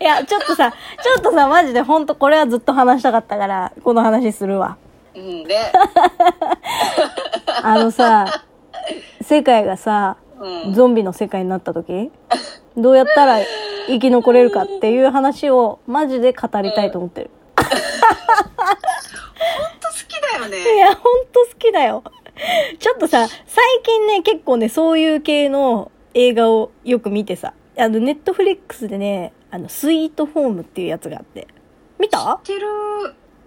いや、ちょっとさ、ちょっとさ、マジでほんとこれはずっと話したかったから、この話するわ。うんで、あのさ、世界がさ、うん。ゾンビの世界になった時、どうやったら生き残れるかっていう話をマジで語りたいと思ってる。本当好きだ よいね。や、ほんと好きだよ。ちょっとさ、最近ね、結構ね、そういう系の映画をよく見てさ、あの、ネットフリックスでね、あの、スイートホームっていうやつがあって。見た知ってる。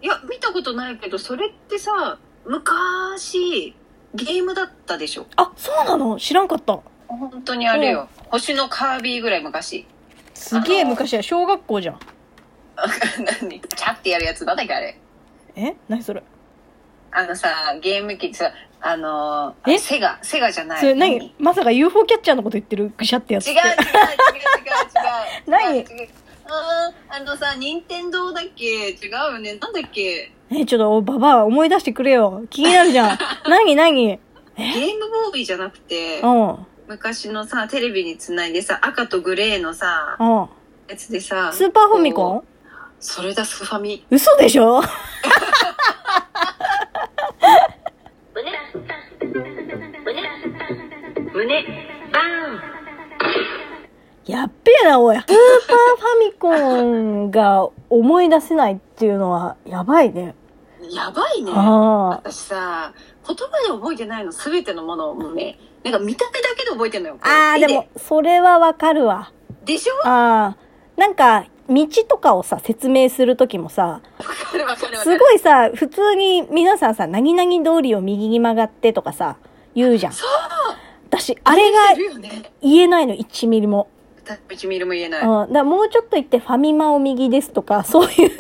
いや、見たことないけど、それってさ、昔、ゲームだったでしょ。あ、そうなの知らんかった。本当にあれよ。星のカービィぐらい昔。 すげえあの昔は小学校じゃん。何キャッてやるやつなんだっけあれ。え何それあのさ、ゲーム機ってさ、あのー、えセガ、セガじゃない。それ何まさか UFO キャッチャーのこと言ってるぐしゃってやつ 違う違う違う違う違う違うって。何違う違うあーあのさ任天堂だっけ違うよねなんだっけえ、ちょっと、おババア思い出してくれよ。気になるじ ゃん。何何ゲームボーイじゃなくてうん。うん。昔のさテレビにつないでさ赤とグレーのさやつでさスーパーファミコこうそれだスーファミン嘘でしょ胸バやっべえな、おい。スーパーファミコンが思い出せないっていうのは、やばいね。ーンやばいねあ私さ言葉で覚えてないの全てのものをもうねなんか見た目だけで覚えてんのよあ。ああ、絵でも、それはわかるわ。でしょああ。なんか、道とかをさ、説明するときもさ、わかるわかるわかするごいさ、普通に皆さんさ、何々通りを右に曲がってとかさ、言うじゃん。そう私、あれがいるよね言えないの、1ミリも。 1ミリも言えないうん。だからもうちょっと行って、ファミマを右ですとか、 そういう、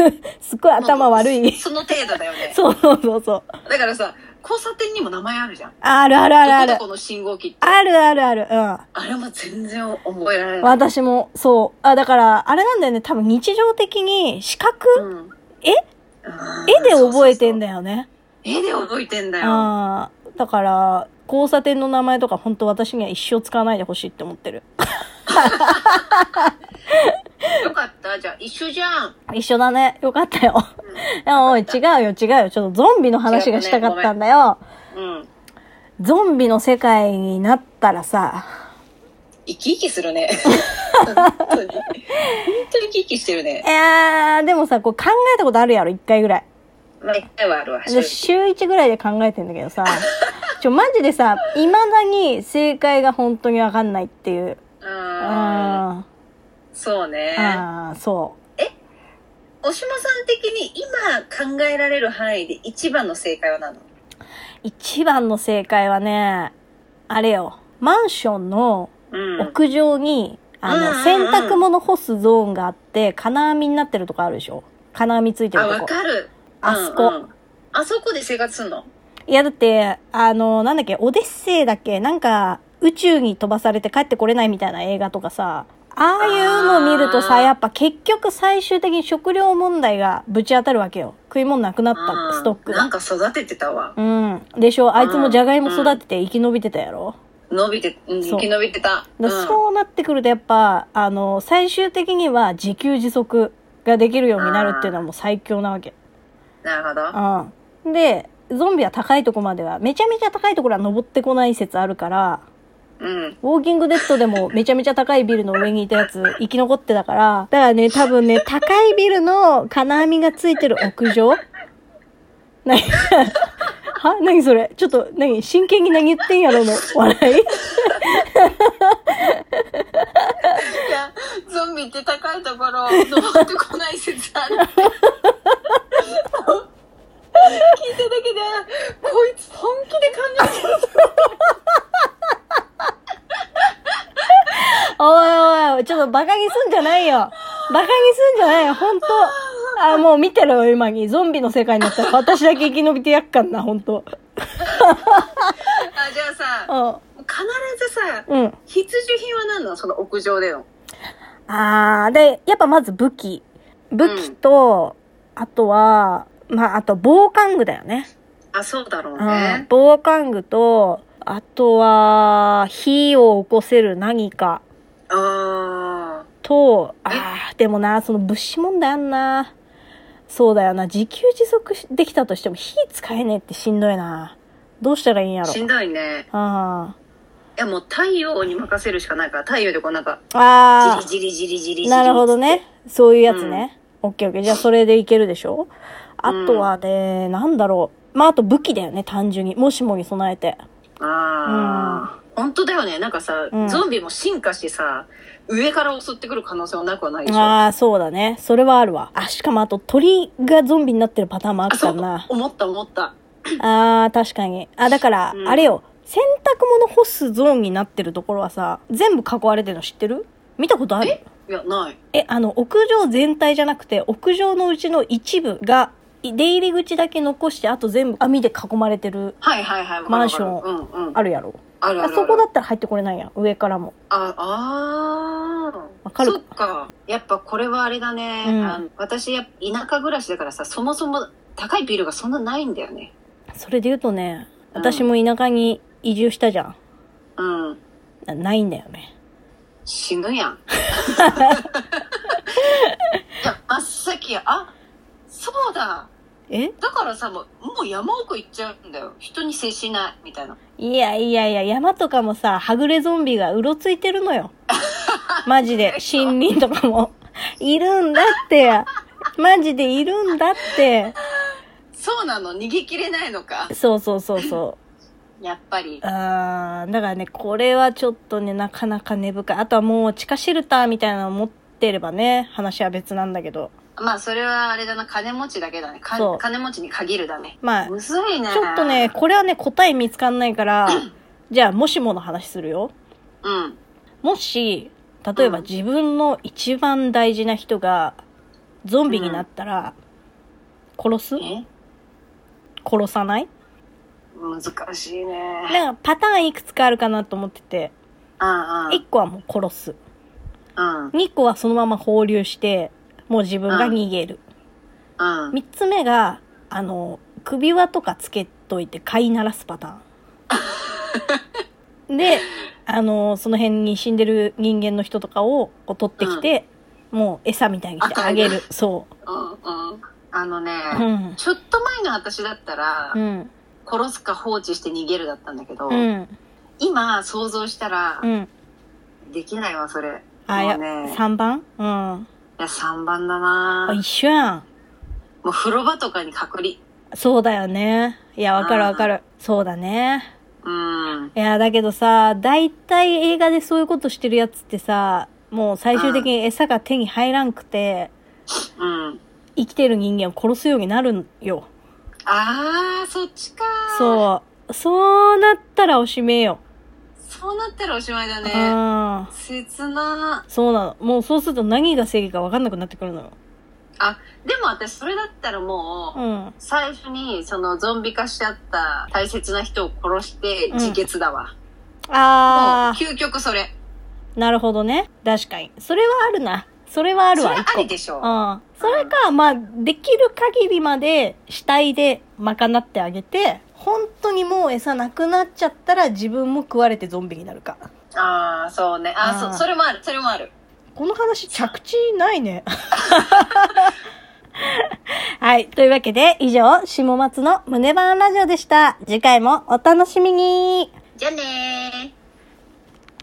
すっごい頭悪い。その程度だよね。 そうそうそうそう。だからさ、交差点にも名前あるじゃん。あるあるあるあどるこ。どこの信号機って。あるあるある。うん。あれも全然覚えられない。私も、そう。あ、だから、あれなんだよね。多分日常的に視覚、うんえうん絵で覚えてんそうそうだよね。そう絵で覚えてんだよ。ああー。だから、交差点の名前とか本当私には一生使わないでほしいって思ってる。よかった。じゃあ一緒じゃん。一緒だね。よかったよ。でもおい、違うよ、違うよ。ちょっとゾンビの話がしたかったんだよ。うん。ゾンビの世界になったらさ、生き生きするね。本当に。本当に生き生きしてるね。いやー、でもさ、こう考えたことあるやろ、一回ぐらい。まあ一回はあるわ。で正週1ぐらいで考えてんだけど さ、ちょ、マジでさ、未だに正解が本当にわかんないっていう。直うん。あそうねー。あー、そおしまさん的に今考えられる範囲で一番の正解は何なのう。一番の正解はね、あれよ、マンションのうん。屋上に、あの、うんうん洗うん濯物干すゾーンがあって、金網になってるとこあるでしょ金網ついてるあ、とわこ。かる。あそこんんあそこで生活すんのいや、だって、あの、なんだっけ、オデッセイだっけなんか、宇宙に飛ばされて帰ってこれないみたいな映画とかさ、ああいうの見るとさ、あーやっぱ結局最終的に食料問題がぶち当たるわけよ。食い物なくなった、ストックながん。か育ててたわ。うん。でしょあいつもジャガイモ育てて生き延びてたやろ伸びて、うん、そう生き延びてた。だんそうなってくるとやっぱ、あの、最終的には自給自足ができるようになるっていうのはもう最強なわけ。なるほど。うん。で、ゾンビは高いとこまでは、めちゃめちゃ高いところは登ってこない説あるから、うん。ウォーキングデッドでもめちゃめちゃ高いビルの上にいたやつ生き残ってたから、だからね、多分ね、高いビルの金網がついてる屋上 なに は何それちょっと、何真剣に何言ってんやろの笑いいや、ゾンビって高いところ、登ってこない説ある。聞いただけで、こいつ本気で考えてる。おいおいおい、ちょっとバカにすんじゃないよ。バカにすんじゃないよ、ほんと。あ、もう見てろよ、今に。ゾンビの世界になったら私だけ生き延びてやっかんな、ほんと。あ、じゃあさ、う必ずさ、ん。うん。必需品は何なのその屋上での。あー、で、やっぱまず武器。武器と、あとは、まあ、あと防寒具だよね。あ、そうだろううんね。。防寒具と、あとは、火を起こせる何かああ。と、ああ、でもな、その物資問題あんな。そうだよな、自給自足しできたとしても火使えねえってしんどいな。どうしたらいいんやろ。しんどいね。あいや、もう太陽に任せるしかないから、太陽でこうなんか、あ。あじりじりじりじりじり。あ。なるほど。ね。そういうやつね。オッケーオッケー。じゃあそれでいけるでしょあとはね、なんだろう。まああと武器だよね、単純に。もしもに備えて。ああ。本当だよね。なんかさ、うんゾンビも進化してさ、上から襲ってくる可能性はなくはないでしょ。あ、ああ、そうだね。それはあるわ。あ、しかもあと鳥がゾンビになってるパターンもあるかそらうな。。思った思った。 ああ、確かに。あ、だから、うんあれよ。洗濯物干すゾーンになってるところはさ、全部囲われてるの知ってる見たことあるいや、ない。えあの、屋上全体じゃなくて、屋上のうちの一部が、い出入り口だけ残して、あと全部網で囲まれてる、はいはいはい。わかるマンションわかるうんうん。あるやろ。あるあるああるそこだったら入ってこれないやん。上からも。あ、ああ。わかるそっか。やっぱこれはあれだね。うんあの私、やっぱ田舎暮らしだからさ、そもそも高いビルがそんなないんだよね。それで言うとね、うん私も田舎に移住したじゃん。うん。なないんだよね。死ぬや ん。いや、真っ先、あ、そうだ。えだからさ、もう、もう山奥行っちゃうんだよ。人に接しない、みたいな。いやいやいや、山とかもさ、はぐれゾンビがうろついてるのよ。マジで、森林とかも。いるんだって。マジでいるんだって。そうなの、逃げきれないのか。そうそうそうそう。やっぱり。あーだからね、これはちょっとね、なかなか根深い。あとはもう地下シェルターみたいなのを持ってればね、話は別なんだけど。まあ、それはあれだな、金持ちだけだね。かそう金持ちに限るだね。まあ、むずいね。ちょっとね、。これはね、答え見つかんないから、じゃあ、もしもの話するよ。うん。もし、例えばうん自分の一番大事な人が、ゾンビになったら、殺すえ殺さない難しいね。なんかパターンいくつかあるかなと思ってて、うんうん1個はもう殺す。うん2個はそのまま放流して、もう自分が逃げる。うん。 3つ目が、あの、首輪とかつけといて飼いならすパタ ーン。で、あの、その辺に死んでる人間の人とかをこう取ってきて、もう餌みたいにしてあげる。そう。うんうん。あのね、うん。ちょっと前の私だったら、うん。殺すか放置して逃げるだったんだけど、うん。今想像したらう、ん。できないわ、それ。あ、もや、うね、い3番うん。や、3番だあ、な一緒やん。もう風呂場とかに隔離。そうだよね。いや、わかるわかる。そうだね。うん。いや、だけどさ、大体映画でそういうことしてるやつってさ、もう最終的に餌が手に入らんくて、うん。生きてる人間を殺すようになるんよ。あー、そっちかう。そう。そうなったらおしめよ。そうなったらおしまいだうね。ん。切なそうなの。もうそうすると何が正義かわかんなくなってくるのよ。でも私、それだったらもう、うん。最初にそのゾンビ化しちゃった大切な人を殺して自決だわ、もうあ究極それー、なるほどね。確かに。それはあるな。それはあるそわ、れ一あ個。うりでしょん。それか、まあ、できる限りまで死体で賄ってあげて、本当にもう餌なくなっちゃったら自分も食われてゾンビになるか。ああそうねああうんそうそれもあるそれもあるこの話着地ないね。はい。というわけで、以上、下松の胸バーンラジオでした。次回もお楽しみにじゃあねー